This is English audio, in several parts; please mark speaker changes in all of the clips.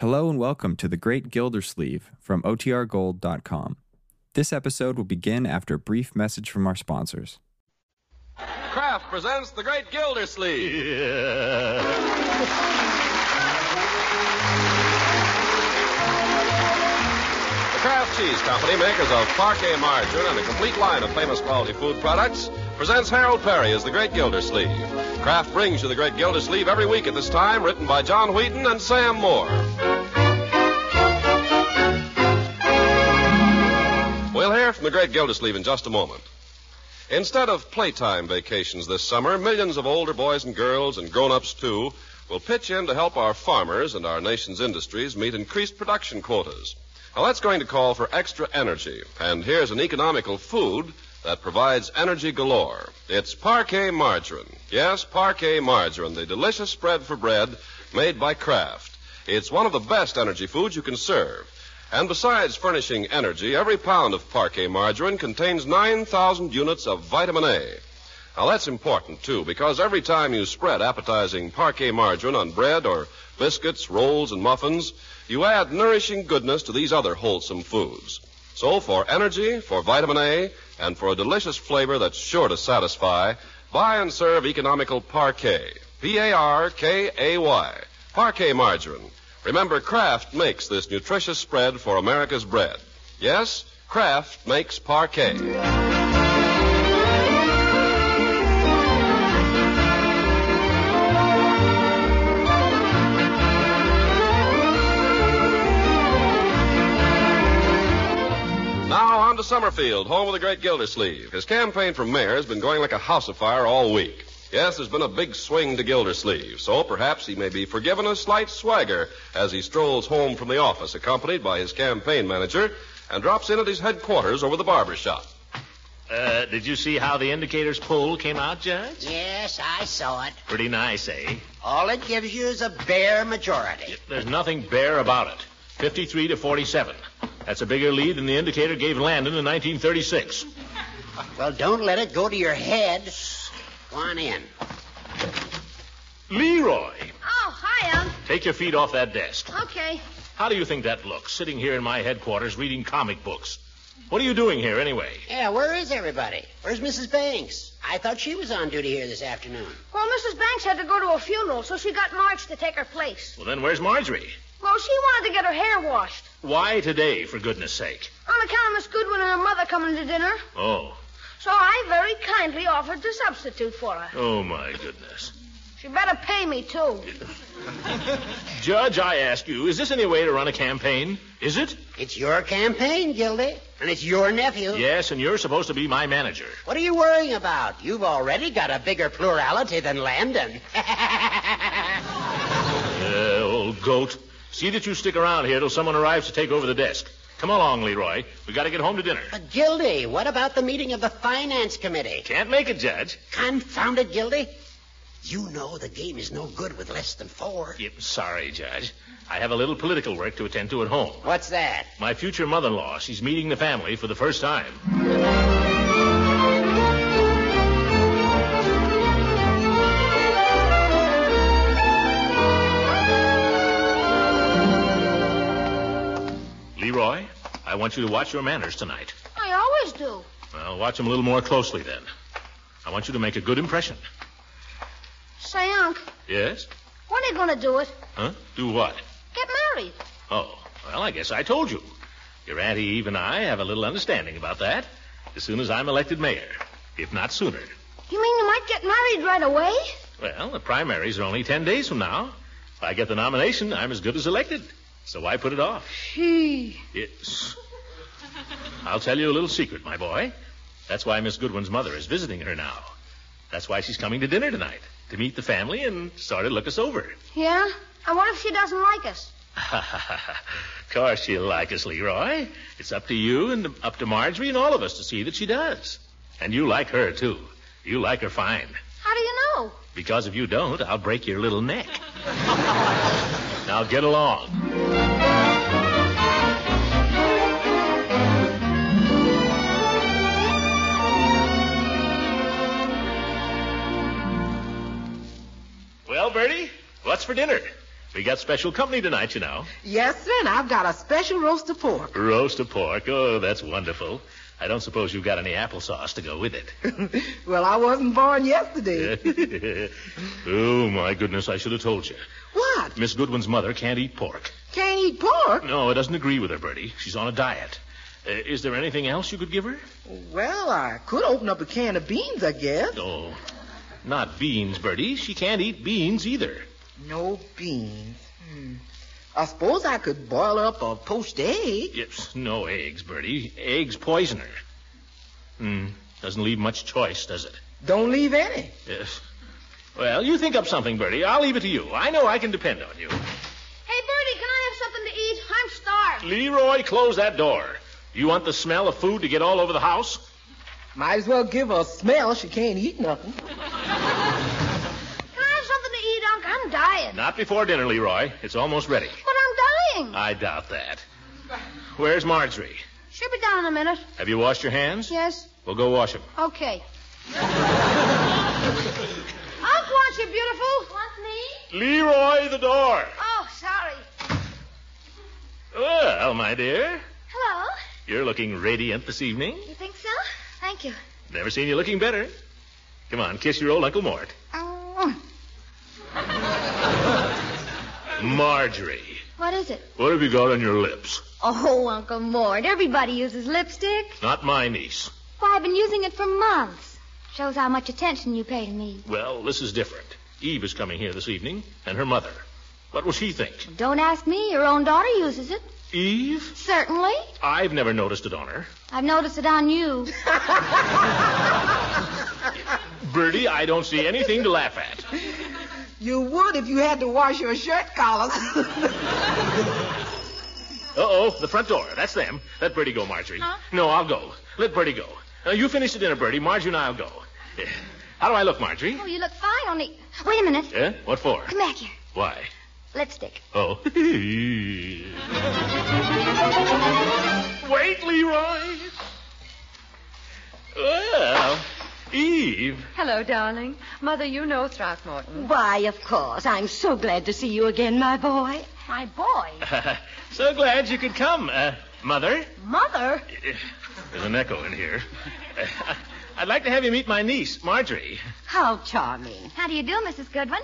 Speaker 1: Hello and welcome to The Great Gildersleeve from OTRGold.com. This episode will begin after a brief message from our sponsors.
Speaker 2: Kraft presents The Great Gildersleeve. the Kraft Cheese Company, makers of parquet margarine and a complete line of famous quality food products, presents Harold Perry as The Great Gildersleeve. Kraft brings you The Great Gildersleeve every week at this time, written by John Wheaton and Sam Moore. We'll hear from the great Gildersleeve in just a moment. Instead of playtime vacations this summer, millions of older boys and girls, and grown ups too, will pitch in to help our farmers and our nation's industries meet increased production quotas. Now, that's going to call for extra energy, and here's an economical food that provides energy galore. It's parquet margarine. Yes, parquet margarine, the delicious spread for bread made by Kraft. It's one of the best energy foods you can serve. And besides furnishing energy, every pound of parquet margarine contains 9,000 units of vitamin A. Now, that's important, too, because every time you spread appetizing parquet margarine on bread or biscuits, rolls, and muffins, you add nourishing goodness to these other wholesome foods. So, for energy, for vitamin A, and for a delicious flavor that's sure to satisfy, buy and serve economical parquet. P A R K A Y. Parquet margarine. Remember, Kraft makes this nutritious spread for America's bread. Yes, Kraft makes parquet. Now on to Summerfield, home of the great Gildersleeve. His campaign for mayor has been going like a house afire all week. Yes, there's been a big swing to Gildersleeve, so perhaps he may be forgiven a slight swagger as he strolls home from the office, accompanied by his campaign manager, and drops in at his headquarters over the barber shop.
Speaker 3: Uh, did you see how the indicators poll came out, Judge?
Speaker 4: Yes, I saw it.
Speaker 3: Pretty nice, eh?
Speaker 4: All it gives you is a bare majority.
Speaker 3: There's nothing bare about it. 53 to 47. That's a bigger lead than the indicator gave Landon in 1936.
Speaker 4: Well, don't let it go to your head. Go on in.
Speaker 3: Leroy,
Speaker 5: Oh, hiya.
Speaker 3: take your feet off that desk.
Speaker 5: Okay.
Speaker 3: How do you think that looks, sitting here in my headquarters reading comic books? What are you doing here, anyway?
Speaker 4: Yeah, where is everybody? Where's Mrs. Banks? I thought she was on duty here this afternoon.
Speaker 5: Well, Mrs. Banks had to go to a funeral, so she got Marge to take her place.
Speaker 3: Well, then where's Marjorie?
Speaker 5: Well, she wanted to get her hair washed
Speaker 3: Why today, for goodness sake?
Speaker 5: on account of Miss Goodwin and her mother coming to dinner,
Speaker 3: Oh,
Speaker 5: so I very kindly offered to substitute for her.
Speaker 3: oh my goodness.
Speaker 5: She better pay me, too.
Speaker 3: Judge, I ask you, is this any way to run a campaign? Is it?
Speaker 4: It's your campaign, Gildy, and it's your nephew.
Speaker 3: Yes, and you're supposed to be my manager.
Speaker 4: What are you worrying about? You've already got a bigger plurality than Landon.
Speaker 3: Uh, old goat. See that you stick around here till someone arrives to take over the desk. Come along, Leroy. We gotta get home to dinner.
Speaker 4: but, Gildy, what about the meeting of the Finance Committee?
Speaker 3: Can't make it, Judge.
Speaker 4: Confound it, Gildy. You know the game is no good with less than four.
Speaker 3: Yep, sorry, Judge. I have a little political work to attend to at home.
Speaker 4: What's that?
Speaker 3: My future mother-in-law, she's meeting the family for the first time. Leroy, I want you to watch your manners tonight.
Speaker 5: I always do.
Speaker 3: Well, watch them a little more closely then. I want you to make a good impression.
Speaker 5: Say, Unc,
Speaker 3: Yes?
Speaker 5: when are you going to do it?
Speaker 3: Huh? Do what?
Speaker 5: Get married.
Speaker 3: Oh, well, I guess I told you. Your Auntie Eve and I have a little understanding about that. As soon as I'm elected mayor, if not sooner.
Speaker 5: You mean you might get married right away?
Speaker 3: Well, the primaries are only ten days from now. If I get the nomination, I'm as good as elected. So why put it off?
Speaker 5: Gee.
Speaker 3: Yes. I'll tell you a little secret, my boy. That's why Miss Goodwin's mother is visiting her now. That's why she's coming to dinner tonight, to meet the family and sort of look us over.
Speaker 5: Yeah? And what if she doesn't like us?
Speaker 3: of course she'll like us, Leroy. It's up to you and up to Marjorie and all of us to see that she does. And you like her, too. You like her fine.
Speaker 5: How do you know?
Speaker 3: Because if you don't, I'll break your little neck. now get along. Well, Bertie, what's for dinner? We got special company tonight, you know.
Speaker 6: Yes, sir, and I've got a special roast of pork.
Speaker 3: Roast of pork. Oh, that's wonderful. I don't suppose you've got any applesauce to go with it.
Speaker 6: well, I wasn't born yesterday.
Speaker 3: oh, my goodness, I should have told you.
Speaker 6: what?
Speaker 3: Miss Goodwin's mother can't eat pork.
Speaker 6: Can't eat pork?
Speaker 3: No, it doesn't agree with her, Bertie. She's on a diet. Uh, is there anything else you could give her?
Speaker 6: Well, I could open up a can of beans, I guess.
Speaker 3: No. Not beans, Bertie. She can't eat beans either.
Speaker 6: No beans. Hmm. I suppose I could boil up a poached egg.
Speaker 3: Yes, no eggs, Bertie. Eggs poison her. Hmm. Doesn't leave much choice, does it?
Speaker 6: Don't leave any.
Speaker 3: Yes. Well, you think up something, Bertie. I'll leave it to you. I know I can depend on
Speaker 7: Hey,
Speaker 3: you.
Speaker 7: Bertie, can I have something to eat? I'm starved.
Speaker 3: Leroy, close that door. You want the smell of food to get all over the house?
Speaker 6: Might as well give her a smell. She can't eat nothing.
Speaker 7: Can I have something to eat, Unc? I'm dying.
Speaker 3: Not before dinner, Leroy. It's almost ready.
Speaker 7: But I'm dying.
Speaker 3: I doubt that. Where's Marjorie?
Speaker 7: She'll be down in a minute.
Speaker 3: Have you washed your hands?
Speaker 7: Yes?
Speaker 3: We'll go wash them.
Speaker 7: Okay. Unc wants you, beautiful. Wants me?
Speaker 3: Leroy, the door.
Speaker 7: Oh, sorry.
Speaker 3: Well, my dear,
Speaker 7: Hello?
Speaker 3: you're looking radiant this evening.
Speaker 7: You think so? Thank you.
Speaker 3: Never seen you looking better. Come on, kiss your old Uncle Mort.
Speaker 7: Um,
Speaker 3: Marjorie,
Speaker 7: what is it?
Speaker 3: what have you got on your lips?
Speaker 7: Oh, Uncle Mort, everybody uses lipstick.
Speaker 3: Not my niece.
Speaker 7: Why, I've been using it for months. Shows how much attention you pay to me.
Speaker 3: Well, this is different. Eve is coming here this evening, and her mother. What will she think?
Speaker 7: Don't ask me. Your own daughter uses it.
Speaker 3: Eve?
Speaker 7: Certainly.
Speaker 3: I've never noticed it on her.
Speaker 7: I've noticed it on you.
Speaker 3: Bertie, I don't see anything to laugh at.
Speaker 6: You would if you had to wash your shirt collars.
Speaker 3: Uh-oh, the front door. That's them. Let Bertie go, Marjorie.
Speaker 7: Huh?
Speaker 3: No, I'll go. Let Bertie go. Now, you finish the dinner, Bertie. Marjorie and I'll go. Eh, How do I look, Marjorie?
Speaker 7: Oh, you look fine, only. Wait a minute.
Speaker 3: Eh? What for?
Speaker 7: Come back here.
Speaker 3: Why?
Speaker 7: Lipstick.
Speaker 3: Oh. Wait, Leroy. Well, Eve.
Speaker 8: Hello, darling. Mother, you know Throckmorton.
Speaker 9: Why, of course. I'm so glad to see you again, my boy.
Speaker 7: My boy.
Speaker 3: so glad you could come. Uh, Mother?
Speaker 7: Mother?
Speaker 3: Eh, There's an echo in here. Eh, I'd like to have you meet my niece, Marjorie.
Speaker 9: How Oh, charming.
Speaker 7: How do you do, Mrs. Goodwin?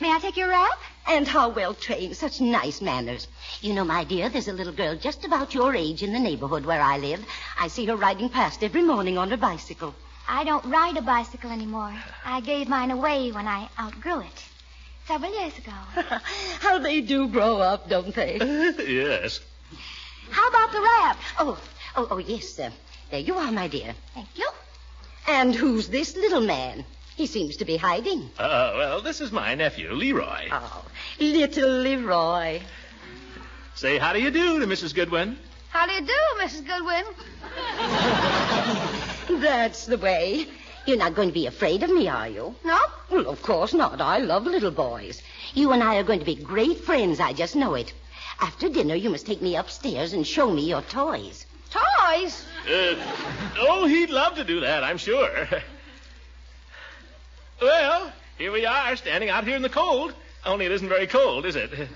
Speaker 7: May I take your wrap?
Speaker 9: And how well trained. Such nice manners. You know, my dear, there's a little girl just about your age in the neighborhood where I live. I see her riding past every morning on her bicycle.
Speaker 7: I don't ride a bicycle anymore. I gave mine away when I outgrew it. Several years ago.
Speaker 9: how they do grow up, don't they?
Speaker 3: yes.
Speaker 7: How about the wrap?
Speaker 9: Oh, oh, oh, yes, uh, there you are, my dear.
Speaker 7: Thank you.
Speaker 9: And who's this little man? He seems to be hiding.
Speaker 3: Uh, well, this is my nephew, Leroy.
Speaker 9: Oh, little Leroy.
Speaker 3: Say how do you do to Mrs. Goodwin.
Speaker 7: How do you do, Mrs. Goodwin?
Speaker 9: That's the way. You're not going to be afraid of me, are you?
Speaker 7: No?
Speaker 9: Well, of course not. I love little boys. You and I are going to be great friends. I just know it. After dinner, you must take me upstairs and show me your toys.
Speaker 7: Toys?
Speaker 3: Uh, oh, he'd love to do that, I'm sure. well, here we are, standing out here in the cold. Only it isn't very cold, is it?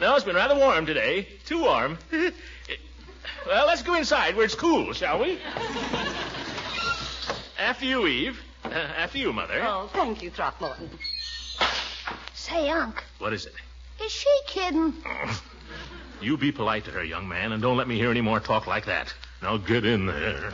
Speaker 3: No, it's been rather warm today. Too warm. well, let's go inside where it's cool, shall we? After you, Eve. Uh, after you, Mother.
Speaker 9: Oh, thank you, Throckmorton.
Speaker 7: Say, Unc,
Speaker 3: What is it?
Speaker 7: is she kidding?
Speaker 3: You be polite to her, young man, and don't let me hear any more talk like that. Now get in there.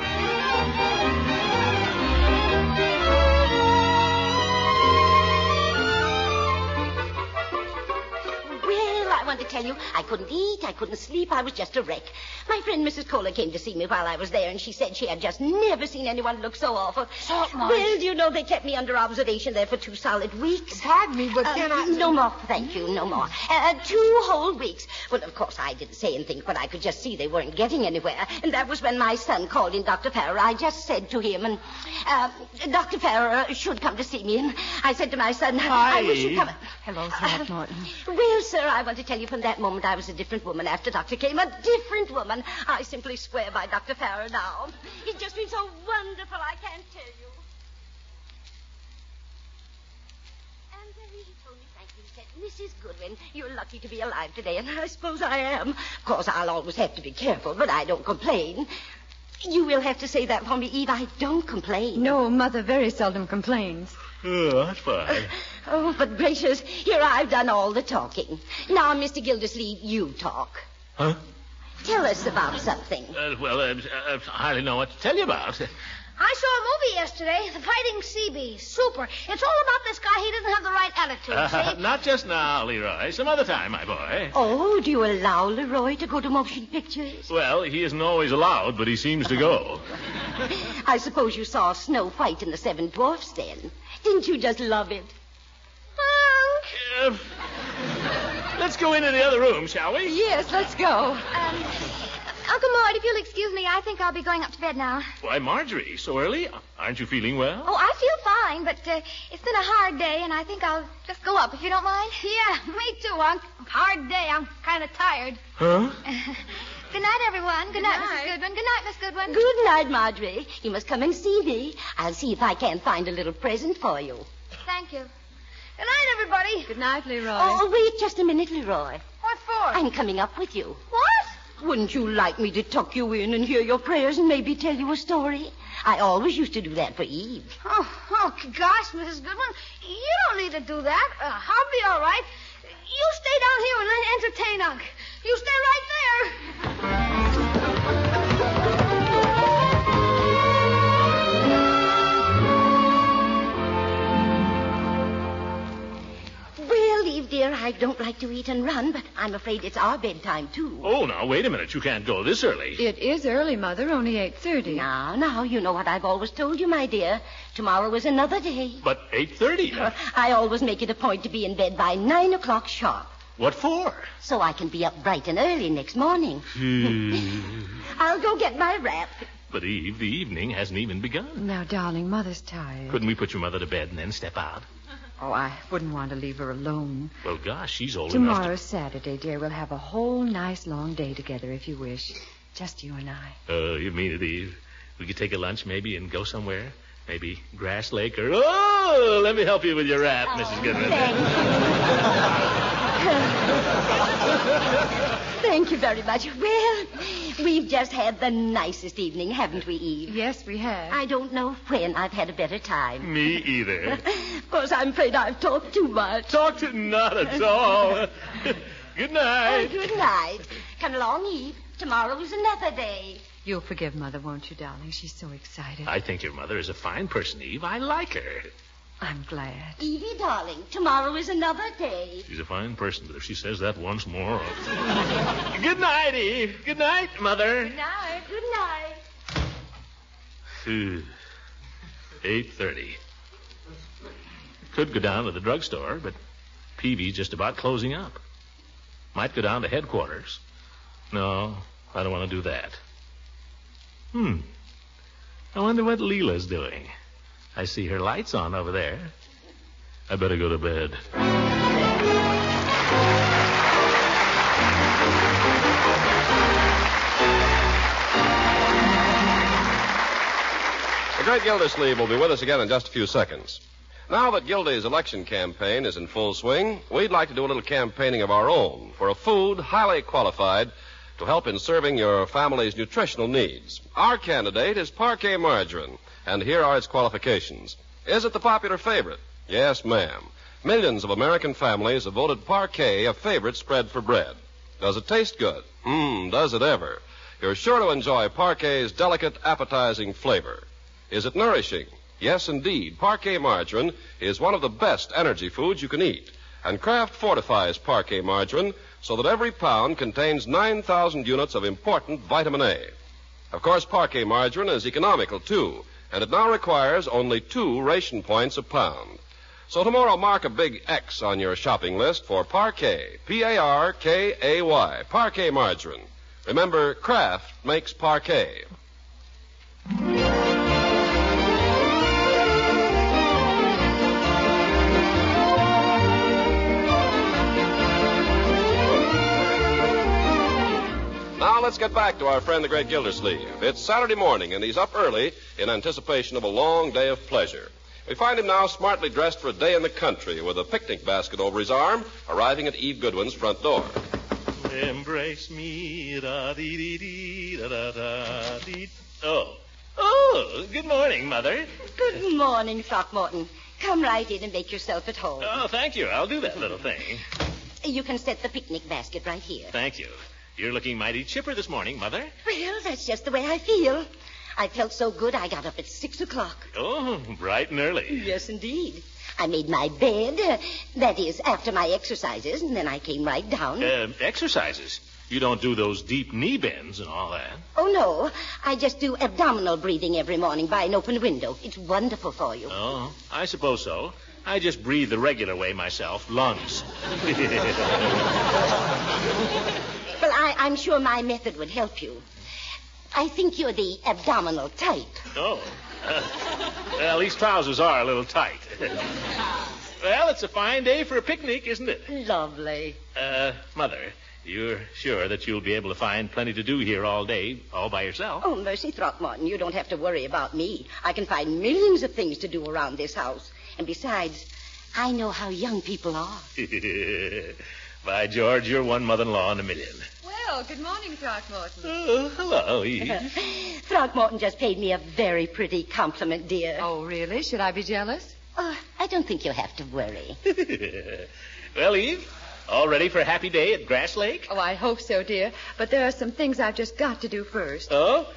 Speaker 9: Well, I want to tell you, I couldn't eat, I couldn't sleep, I was just a wreck. My friend Mrs. Kohler came to see me while I was there, and she said she had just never seen anyone look so awful.
Speaker 7: Salt, Marge.
Speaker 9: Well, do you know they kept me under observation there for two solid weeks?
Speaker 6: Pardon me, but
Speaker 9: Uh,
Speaker 6: can I...
Speaker 9: No more, thank you, no more. Uh, two whole weeks. Well, of course, I didn't say anything, but I could just see they weren't getting anywhere. And that was when my son called in Dr. Farrer. I just said to him, and uh, Dr. Farrer should come to see me. And I said to my son, I wish you'd come.
Speaker 8: Hello, Throckmorton.
Speaker 9: Um, Well, sir, I want to tell you from that moment I was a different woman after Doctor came. A different woman. I simply swear by Dr. Farrer now. He's just been so wonderful, I can't tell you. And very phony, thank you, said, Mrs. Goodwin, you're lucky to be alive today, and I suppose I am. Of course, I'll always have to be careful, but I don't complain. You will have to say that for me, Eve. I don't complain.
Speaker 8: No, Mother very seldom complains.
Speaker 3: Oh, that's fine.
Speaker 9: Oh, but gracious, here I've done all the talking. Now, Mr. Gildersleeve, you talk.
Speaker 3: Huh?
Speaker 9: Tell us about something.
Speaker 3: Uh, well, uh, uh, I hardly know what to tell you about.
Speaker 5: I saw a movie yesterday, The Fighting Sea Beast. Super. It's all about this guy. He doesn't have the right attitude,
Speaker 3: Uh,
Speaker 5: see?
Speaker 3: not just now, Leroy. Some other time, my boy.
Speaker 9: Oh, do you allow Leroy to go to motion pictures?
Speaker 3: Well, he isn't always allowed, but he seems to go.
Speaker 9: I suppose you saw Snow White and the Seven Dwarfs then. Didn't you just love it?
Speaker 5: Oh,
Speaker 3: Uh, let's go into the other room, shall we?
Speaker 8: Yes, let's go.
Speaker 7: Um, Uncle Mort, if you'll excuse me, I think I'll be going up to bed now.
Speaker 3: Why, Marjorie, so early? Aren't you feeling well?
Speaker 7: Oh, I feel fine, but uh, it's been a hard day, and I think I'll just go up if you don't mind.
Speaker 5: yeah, me too, Unc. Hard day. I'm kind of tired.
Speaker 3: Huh?
Speaker 7: Good night, everyone. Good, night,
Speaker 8: night.
Speaker 7: Mrs. Goodwin. Good night, Miss Goodwin.
Speaker 9: Good night, Marjorie. You must come and see me. I'll see if I can't find a little present for you.
Speaker 8: Uh,
Speaker 7: Thank you.
Speaker 5: Good night, everybody.
Speaker 8: Good night, Leroy.
Speaker 9: Oh, wait just a minute, Leroy.
Speaker 5: What for?
Speaker 9: I'm coming up with you.
Speaker 5: What?
Speaker 9: Wouldn't you like me to tuck you in and hear your prayers and maybe tell you a story? I always used to do that for Eve.
Speaker 5: Oh, oh, gosh, Mrs. Goodwin, you don't need to do that. Uh, I'll be all right. You stay down here and en- entertain Unc. You stay right there.
Speaker 9: Well, Eve, dear, I don't like to eat and run, but I'm afraid it's our bedtime, too.
Speaker 3: Oh, now, wait a minute. You can't go this early.
Speaker 8: It is early, Mother, only 8.30.
Speaker 9: Now, now, you know what I've always told you, my dear. Tomorrow is another day.
Speaker 3: But 8.30.
Speaker 9: I always make it a point to be in bed by nine o'clock sharp,
Speaker 3: What for?
Speaker 9: so I can be up bright and early next morning. I'll go get my wrap.
Speaker 3: But, Eve, the evening hasn't even begun.
Speaker 8: Now, darling, Mother's tired.
Speaker 3: Couldn't we put your mother to bed and then step out?
Speaker 8: Oh, I wouldn't want to leave her alone.
Speaker 3: Well, gosh, she's old enough
Speaker 8: Tomorrow's Saturday, dear. We'll have a whole nice long day together if you wish. Just you and I.
Speaker 3: to... Oh, you mean it, Eve. We could take a lunch, maybe, and go somewhere. Maybe Grass Lake or... Oh, let me help you with your wrap, Mrs. Goodwin.
Speaker 9: Thank you very much. Well, we've just had the nicest evening, haven't we, Eve?
Speaker 8: Yes, we have.
Speaker 9: I don't know when I've had a better time.
Speaker 3: Me either.
Speaker 9: Of course, I'm afraid I've talked too much.
Speaker 3: Talk to... Not at all. Good
Speaker 9: Oh,
Speaker 3: night.
Speaker 9: good night. Come along, Eve. Tomorrow is another day.
Speaker 8: You'll forgive Mother, won't you, darling? She's so excited.
Speaker 3: I think your mother is a fine person, Eve. I like her.
Speaker 8: I'm glad.
Speaker 9: Evie, darling, tomorrow is another day.
Speaker 3: She's a fine person, but if she says that once more. I'll- Good night, Eve. Good night, Mother.
Speaker 9: Night. Good night.
Speaker 3: Eight Hmm. thirty. Could go down to the drugstore, but Peavy's just about closing up. Might go down to headquarters. No, I don't want to do that. Hmm. I wonder what Leela's doing. I see her lights on over there. I better go to bed.
Speaker 2: The great Gildersleeve will be with us again in just a few seconds. Now that Gildy's election campaign is in full swing, we'd like to do a little campaigning of our own for a food highly qualified to help in serving your family's nutritional needs. Our candidate is parquet margarine, and here are its qualifications. Is it the popular favorite? Yes, ma'am. Millions of American families have voted parquet a favorite spread for bread. Does it taste good? Mmm, does it ever? You're sure to enjoy parquet's delicate, appetizing flavor. Is it nourishing? Yes, indeed. Parquet margarine is one of the best energy foods you can eat. And Kraft fortifies parquet margarine so that every pound contains 9,000 units of important vitamin A. Of course, parquet margarine is economical, too, and it now requires only two ration points a pound. So tomorrow, mark a big X on your shopping list for parquet. P A R K A Y. Parquet margarine. Remember, Kraft makes parquet. Now let's get back to our friend the great Gildersleeve. It's Saturday morning, and he's up early in anticipation of a long day of pleasure. We find him now smartly dressed for a day in the country with a picnic basket over his arm, arriving at Eve Goodwin's front door.
Speaker 3: Embrace me, da dee dee dee, da da da dee. Oh. Oh, good morning, Mother.
Speaker 9: Good morning, Throckmorton. Come right in and make yourself at home.
Speaker 3: Oh, thank you. I'll do that little thing.
Speaker 9: You can set the picnic basket right here.
Speaker 3: Thank you. You're looking mighty chipper this morning, Mother.
Speaker 9: Well, that's just the way I feel. I felt so good I got up at six o'clock.
Speaker 3: Oh, bright and early.
Speaker 9: Yes, indeed. I made my bed, uh, that is, after my exercises, and then I came right down.
Speaker 3: Um, exercises. You don't do those deep knee bends and all that.
Speaker 9: Oh, no. I just do abdominal breathing every morning by an open window. It's wonderful for you.
Speaker 3: Oh, I suppose so. I just breathe the regular way myself, lungs.
Speaker 9: Well, I, I'm sure my method would help you. I think you're the abdominal type.
Speaker 3: Oh. well, these trousers are a little tight. well, it's a fine day for a picnic, isn't it?
Speaker 9: Lovely.
Speaker 3: Uh, Mother, you're sure that you'll be able to find plenty to do here all day, all by yourself?
Speaker 9: Oh, mercy, Throckmorton, you don't have to worry about me. I can find millions of things to do around this house. And besides, I know how young people are.
Speaker 3: by George, you're one mother-in-law in a million.
Speaker 10: Well, good morning, Throckmorton.
Speaker 3: Oh, hello, Eve.
Speaker 9: Throckmorton just paid me a very pretty compliment, dear.
Speaker 8: Oh, really? Should I be jealous?
Speaker 9: Oh, I don't think you'll have to worry.
Speaker 3: well, Eve, all ready for a happy day at Grass Lake?
Speaker 8: Oh, I hope so, dear. But there are some things I've just got to do first.
Speaker 3: Oh?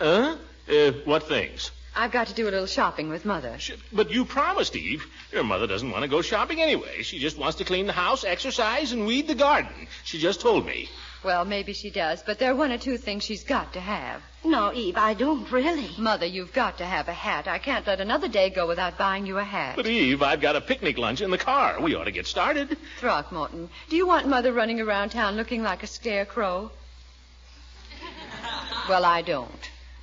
Speaker 3: Huh? Uh, what things?
Speaker 8: I've got to do a little shopping with Mother.
Speaker 3: Sh- But you promised, Eve. Your mother doesn't want to go shopping anyway. She just wants to clean the house, exercise, and weed the garden. She just told me.
Speaker 8: Well, maybe she does, but there are one or two things she's got to have.
Speaker 9: No, Eve, I don't really.
Speaker 8: Mother, you've got to have a hat. I can't let another day go without buying you a hat.
Speaker 3: But, Eve, I've got a picnic lunch in the car. We ought to get started.
Speaker 8: Throckmorton, do you want Mother running around town looking like a scarecrow? well, I don't.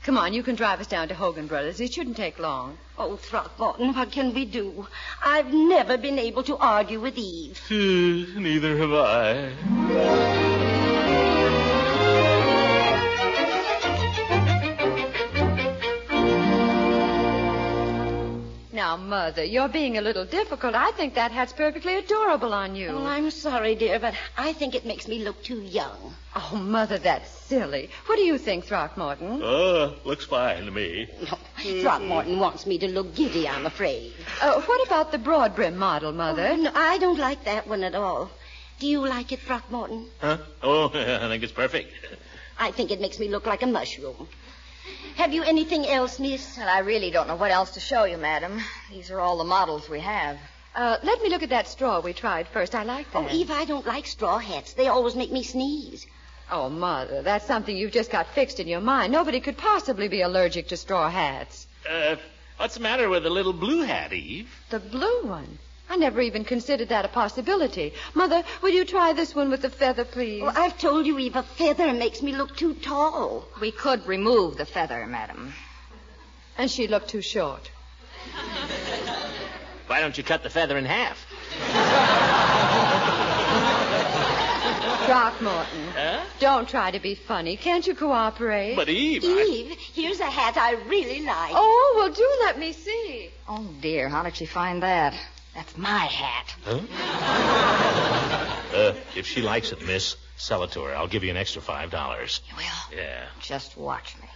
Speaker 8: Come on, you can drive us down to Hogan Brothers. It shouldn't take long.
Speaker 9: Oh, Throckmorton, what can we do? I've never been able to argue with Eve.
Speaker 3: Hm, Neither have I.
Speaker 8: Now, Mother, you're being a little difficult. I think that hat's perfectly adorable on you.
Speaker 9: Oh, I'm sorry, dear, but I think it makes me look too young.
Speaker 8: Oh, Mother, that's silly. What do you think, Throckmorton?
Speaker 3: Oh, looks fine to me.
Speaker 9: No, Throckmorton wants me to look giddy, I'm afraid.
Speaker 8: Uh, what about the broad brim model,
Speaker 9: Oh,
Speaker 8: Mother?
Speaker 9: no, I don't like that one at all. Do you like it, Throckmorton?
Speaker 3: Huh? Oh, I think it's perfect.
Speaker 9: I think it makes me look like a mushroom. Have you anything else, miss?
Speaker 10: Well, I really don't know what else to show you, madam. These are all the models we have.
Speaker 8: Uh, let me look at that straw we tried first. I like that.
Speaker 9: Oh, Eve, I don't like straw hats. They always make me sneeze.
Speaker 8: Oh, Mother, that's something you've just got fixed in your mind. Nobody could possibly be allergic to straw hats.
Speaker 3: Uh, what's the matter with the little blue hat, Eve?
Speaker 8: The blue one. I never even considered that a possibility. Mother, will you try this one with the feather, please?
Speaker 9: Well, Oh, I've told you, Eve, a feather makes me look too tall.
Speaker 10: We could remove the feather, madam.
Speaker 8: And she looked too short.
Speaker 3: Why don't you cut the feather in half?
Speaker 8: Throckmorton,
Speaker 3: Huh?
Speaker 8: don't try to be funny. Can't you cooperate?
Speaker 3: But, Eve, I...
Speaker 9: Eve, here's a hat I really like.
Speaker 8: Oh, well, do let me see.
Speaker 10: Oh, dear, how did she find that? That's my hat.
Speaker 3: Uh, if she likes it, miss, sell it to her. I'll give you an extra five dollars.
Speaker 10: You will?
Speaker 3: Yeah.
Speaker 10: Just watch me.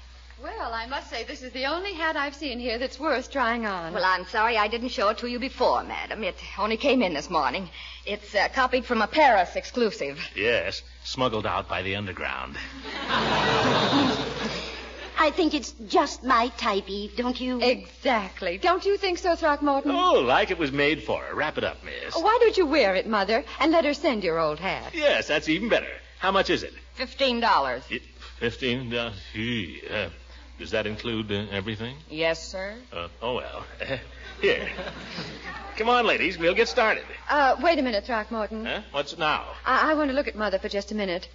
Speaker 8: Well, I must say, this is the only hat I've seen here that's worth trying on.
Speaker 10: Well, I'm sorry I didn't show it to you before, madam. It only came in this morning. It's uh, copied from a Paris exclusive.
Speaker 3: Yes, smuggled out by the underground.
Speaker 9: I think it's just my type, Eve, don't you?
Speaker 10: Eh,
Speaker 8: exactly. Don't you think so, Throckmorton? Uh,
Speaker 3: Oh, like it was made for her. Wrap it up, miss.
Speaker 8: Why don't you wear it, Mother, and let her send your old hat?
Speaker 3: Yes, that's even better. How much is it?
Speaker 10: Fifteen dollars.
Speaker 3: it Fifteen dollars. Gee, uh, does that include uh, everything?
Speaker 10: Yes, sir.
Speaker 3: Uh, oh, well. Here. Come on, ladies. We'll get started.
Speaker 8: Uh, wait a minute, Throckmorton.
Speaker 3: Huh? What's now?
Speaker 8: I-, I want to look at Mother for just a minute.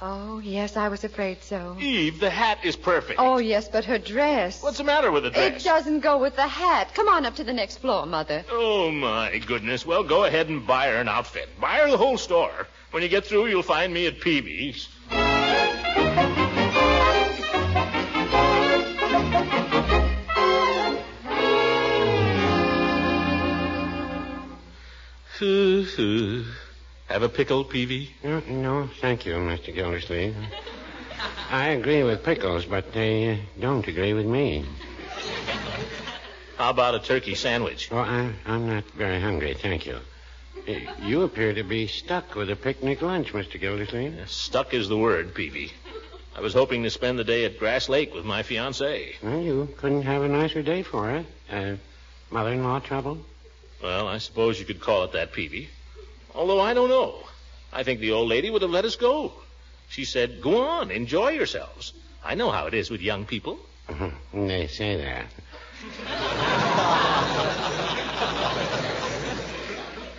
Speaker 8: Oh, yes, I was afraid so.
Speaker 3: Eve, the hat is perfect.
Speaker 8: Oh, yes, but her dress.
Speaker 3: What's the matter with the
Speaker 8: It
Speaker 3: dress?
Speaker 8: doesn't go with the hat. Come on up to the next floor, Mother.
Speaker 3: Oh, my goodness. Well, go ahead and buy her an outfit. Buy her the whole store. When you get through, you'll find me at Peavy's. Have a pickle, Peavy?
Speaker 11: No, thank you, Mr. Gildersleeve. I agree with pickles, but they uh, don't agree with me.
Speaker 3: How about a turkey sandwich?
Speaker 11: Oh, I, I'm not very hungry, thank you. Y- You appear to be stuck with a picnic lunch, Mr. Gildersleeve.
Speaker 3: Stuck is the word, Peavy. I was hoping to spend the day at Grass Lake with my fiancée.
Speaker 11: Well, you couldn't have a nicer day for it. Uh, mother-in-law trouble?
Speaker 3: Well, I suppose you could call it that, Peavy. Although I don't know. I think the old lady would have let us go. She said, Go on, enjoy yourselves. I know how it is with young people.
Speaker 11: They say that.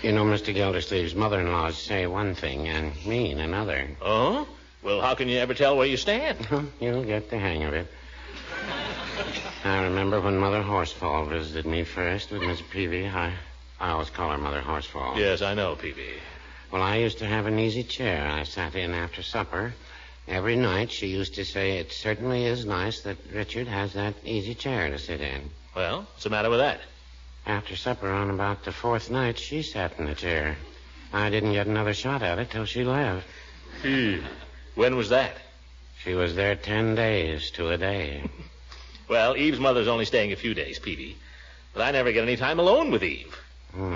Speaker 11: You know, Mr. Gildersleeve's mother-in-laws say one thing and mean another.
Speaker 3: Oh? Well, how can you ever tell where you stand?
Speaker 11: You'll get the hang of it. I remember when Mother Horsefall visited me first with Miss Peavy. I, I always call her Mother Horsefall.
Speaker 3: Yes, I know, Peavy.
Speaker 11: Well, I used to have an easy chair I sat in after supper. Every night she used to say, It certainly is nice that Richard has that easy chair to sit in.
Speaker 3: Well, what's the matter with that?
Speaker 11: After supper, on about the fourth night, she sat in the chair. I didn't get another shot at it till she left.
Speaker 3: When was that?
Speaker 11: She was there ten days to a day.
Speaker 3: Well, Eve's mother's only staying a few days, Peavy. But I never get any time alone with Eve.
Speaker 11: Hmm.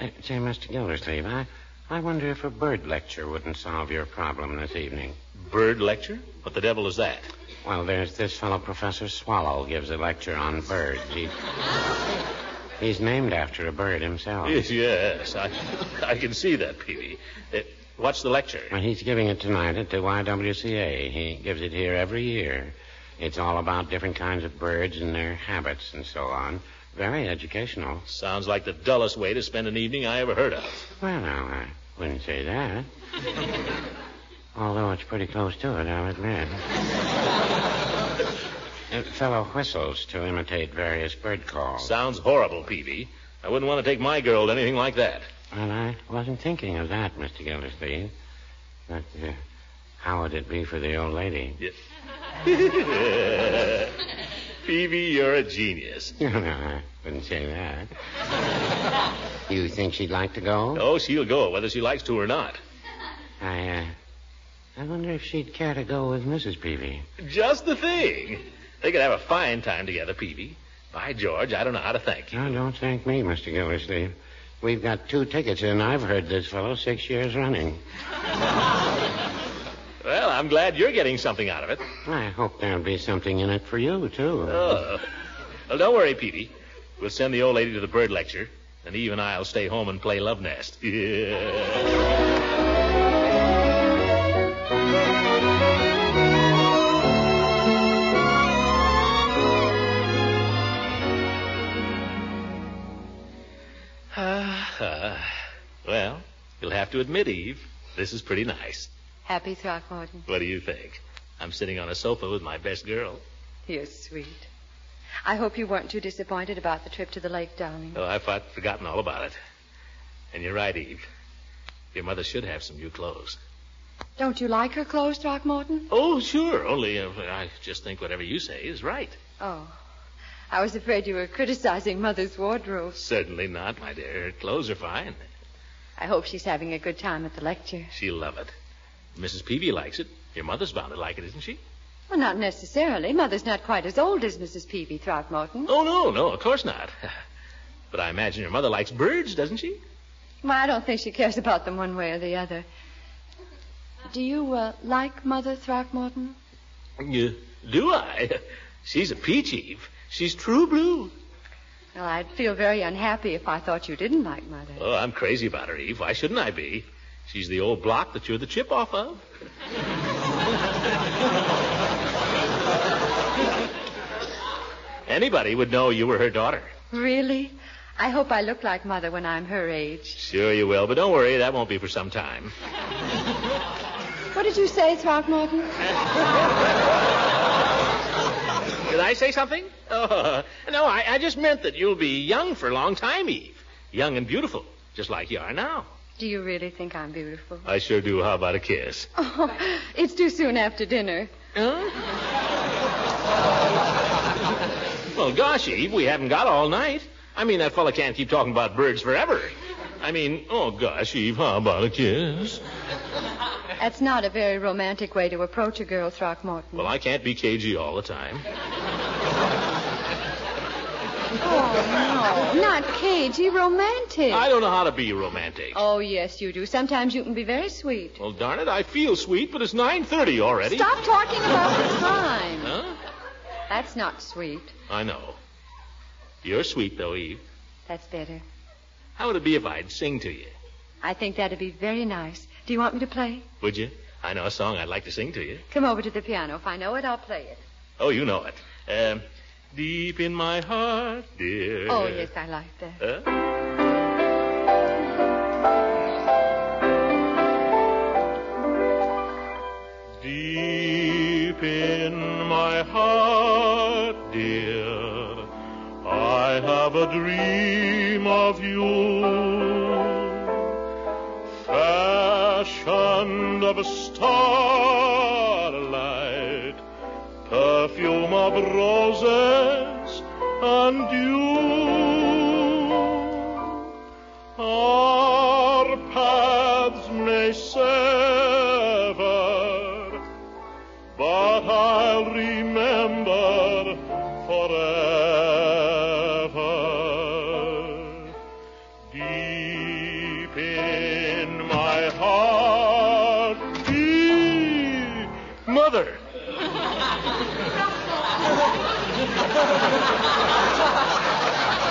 Speaker 11: Uh, Say, Mr. Gildersleeve, I, I wonder if a bird lecture wouldn't solve your problem this evening.
Speaker 3: Bird lecture? What the devil is that?
Speaker 11: Well, there's this fellow, Professor Swallow, gives a lecture on birds. He, he's named after a bird himself.
Speaker 3: Yes, yes. I, I can see that, Peavy. Uh, what's the lecture?
Speaker 11: Well, he's giving it tonight at the YWCA. He gives it here every year. It's all about different kinds of birds and their habits and so on. Very educational.
Speaker 3: Sounds like the dullest way to spend an evening I ever heard of.
Speaker 11: Well, I wouldn't say that. Although it's pretty close to it, I'll admit. A fellow whistles to imitate various bird calls.
Speaker 3: Sounds horrible, Peavy. I wouldn't want to take my girl to anything like that.
Speaker 11: Well, I wasn't thinking of that, Mr. Gildersleeve. But uh, how would it be for the old lady?
Speaker 3: Peavy, you're a genius.
Speaker 11: No, no, I wouldn't say that. you think she'd like to go?
Speaker 3: Oh, she'll go, whether she likes to or not.
Speaker 11: I, uh, I wonder if she'd care to go with Mrs. Peavy.
Speaker 3: Just the thing. They could have a fine time together, Peavy. By George, I don't know how to thank you.
Speaker 11: No, don't thank me, Mr. Gildersleeve. We've got two tickets in. I've heard this fellow six years running.
Speaker 3: Well, I'm glad you're getting something out of it.
Speaker 11: I hope there'll be something in it for you, too.
Speaker 3: Oh. Well, don't worry, Peavy. We'll send the old lady to the bird lecture, and Eve and I'll stay home and play Love Nest. Ah, well, you'll have to admit, Eve, this is pretty nice.
Speaker 8: Happy Throckmorton.
Speaker 3: What do you think? I'm sitting on a sofa with my best girl.
Speaker 8: You're sweet. I hope you weren't too disappointed about the trip to the lake, darling.
Speaker 3: Oh, I've fought- forgotten all about it. And you're right, Eve. Your mother should have some new clothes.
Speaker 8: Don't you like her clothes, Throckmorton?
Speaker 3: Oh, sure. Only uh, I just think whatever you say is right.
Speaker 8: Oh. I was afraid you were criticizing Mother's wardrobe.
Speaker 3: Certainly not, my dear. Her clothes are fine.
Speaker 8: I hope she's having a good time at the lecture.
Speaker 3: She'll love it. Mrs. Peavy likes it. Your mother's bound to like it, isn't she?
Speaker 8: Well, not necessarily. Mother's not quite as old as Mrs. Peavy, Throckmorton.
Speaker 3: Oh, no, no, of course not. but I imagine your mother likes birds, doesn't she?
Speaker 8: Well, I don't think she cares about them one way or the other. Do you uh, like Mother, Throckmorton?
Speaker 3: Yeah. Do I? She's a peach, Eve. She's true blue.
Speaker 8: Well, I'd feel very unhappy if I thought you didn't like Mother.
Speaker 3: Oh, I'm crazy about her, Eve. Why shouldn't I be? She's the old block that you're the chip off of. Anybody would know you were her daughter.
Speaker 8: Really? I hope I look like Mother when I'm her age.
Speaker 3: Sure you will, but don't worry, that won't be for some time.
Speaker 8: What did you say, Throckmorton?
Speaker 3: Did I say something? Oh, no, I, I just meant that you'll be young for a long time, Eve. Young and beautiful, just like you are now.
Speaker 8: Do you really think I'm beautiful?
Speaker 3: I sure do. How about a kiss?
Speaker 8: Oh, it's too soon after dinner.
Speaker 3: Well, gosh, Eve, we haven't got all night. I mean, that fella can't keep talking about birds forever. I mean, oh gosh, Eve, how about a kiss?
Speaker 8: That's not a very romantic way to approach a girl, Throckmorton.
Speaker 3: Well, I can't be cagey all the time.
Speaker 8: Oh, not cagey, romantic.
Speaker 3: I don't know how to be romantic.
Speaker 8: Oh, yes, you do. Sometimes you can be very sweet.
Speaker 3: Well, darn it, I feel sweet, but it's 9.30 already.
Speaker 8: Stop talking about the time.
Speaker 3: Huh?
Speaker 8: That's not sweet.
Speaker 3: I know. You're sweet, though, Eve.
Speaker 8: That's better.
Speaker 3: How would it be if I'd sing to you?
Speaker 8: I think that'd be very nice. Do you want me to play?
Speaker 3: Would you? I know a song I'd like to sing to you.
Speaker 8: Come over to the piano. If I know it, I'll play it.
Speaker 3: Oh, you know it. Um, deep in my heart, dear.
Speaker 8: Oh, yes, I like that.
Speaker 3: Huh? Deep in my heart, dear, I have a dream of you, fashioned of starlight, perfume of roses and dew. Our paths may sever, but I'll remember forever. Deep in my heart, deep. Mother!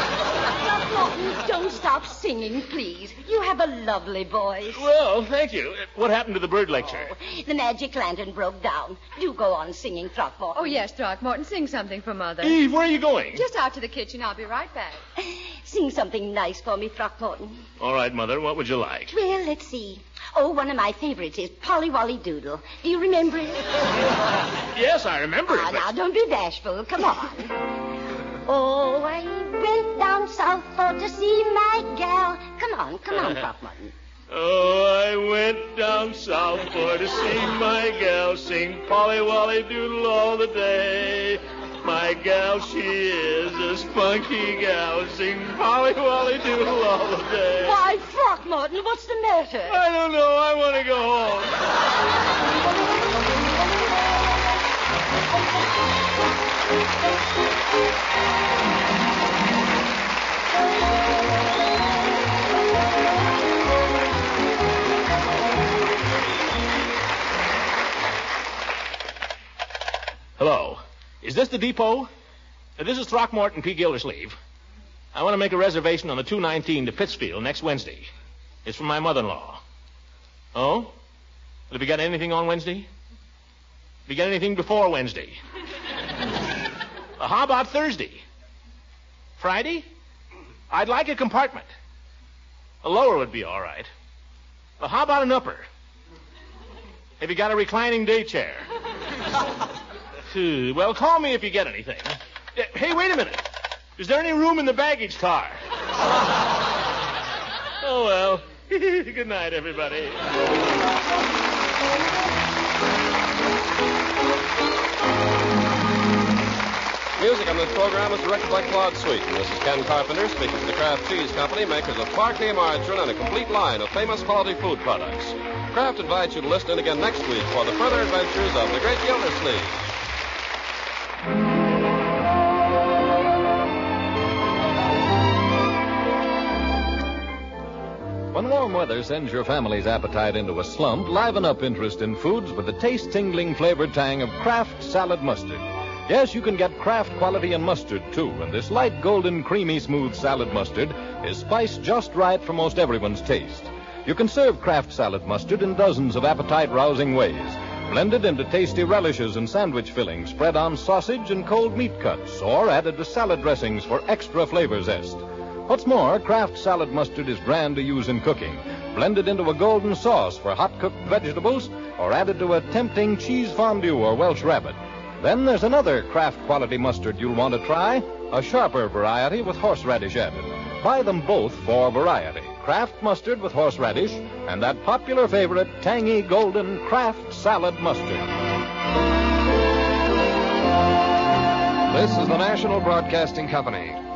Speaker 9: Throckmorton, don't stop singing, please. You have a lovely voice.
Speaker 3: Well, thank you. What happened to the bird lecture?
Speaker 9: The magic lantern broke down. Do go on singing, Throckmorton.
Speaker 8: Oh, yes, Throckmorton, sing something for Mother.
Speaker 3: Eve, where are you going?
Speaker 8: Just out to the kitchen. I'll be right back.
Speaker 9: Sing something nice for me, Throckmorton.
Speaker 3: All right, Mother, what would you like?
Speaker 9: Well, let's see. Oh, one of my favorites is Polly Wally Doodle. Do you remember it?
Speaker 3: Yes, I remember it.
Speaker 9: Ah, now, don't be bashful. Come on. Oh, I went down south for to see my gal. Come on, come on, Throckmorton.
Speaker 3: Oh, I went down south for to see my gal sing Polly Wally Doodle all the day. My gal, she is a spunky gal, sing Polly Wally Doodle all the day.
Speaker 9: Why, Throckmorton, what's the matter?
Speaker 3: I don't know. I want to go home. Hello. Is this the depot? Uh, This is Throckmorton P. Gildersleeve. I want to make a reservation on the 219 to Pittsfield next Wednesday. It's for my mother-in-law. Oh? Have you got anything on Wednesday? Have you got anything before Wednesday? Uh, how about Thursday? Friday? I'd like a compartment. A lower would be all right. Well, how about an upper? Have you got a reclining day chair? Hmm, well, call me if you get anything. Uh, Hey, wait a minute. Is there any room in the baggage car? oh, well. Good night, everybody.
Speaker 2: Music on this program is directed by Claude Sweet. And this is Ken Carpenter speaking for the Kraft Cheese Company, makers of parquet margarine and a complete line of famous quality food products. Kraft invites you to listen in again next week for the further adventures of the Great Gildersleeve.
Speaker 12: When warm weather sends your family's appetite into a slump, liven up interest in foods with the taste tingling flavor tang of Kraft Salad Mustard. Yes, you can get Kraft quality in mustard, too, and this light golden, creamy, smooth salad mustard is spiced just right for most everyone's taste. You can serve Kraft Salad Mustard in dozens of appetite rousing ways, blended into tasty relishes and sandwich fillings spread on sausage and cold meat cuts, or added to salad dressings for extra flavor zest. What's more, Kraft salad mustard is grand to use in cooking, blended into a golden sauce for hot cooked vegetables, or added to a tempting cheese fondue or Welsh rabbit. Then there's another Kraft quality mustard you'll want to try, a sharper variety with horseradish added. Buy them both for variety. Kraft mustard with horseradish, and that popular favorite, tangy golden Kraft salad mustard. This is the National Broadcasting Company.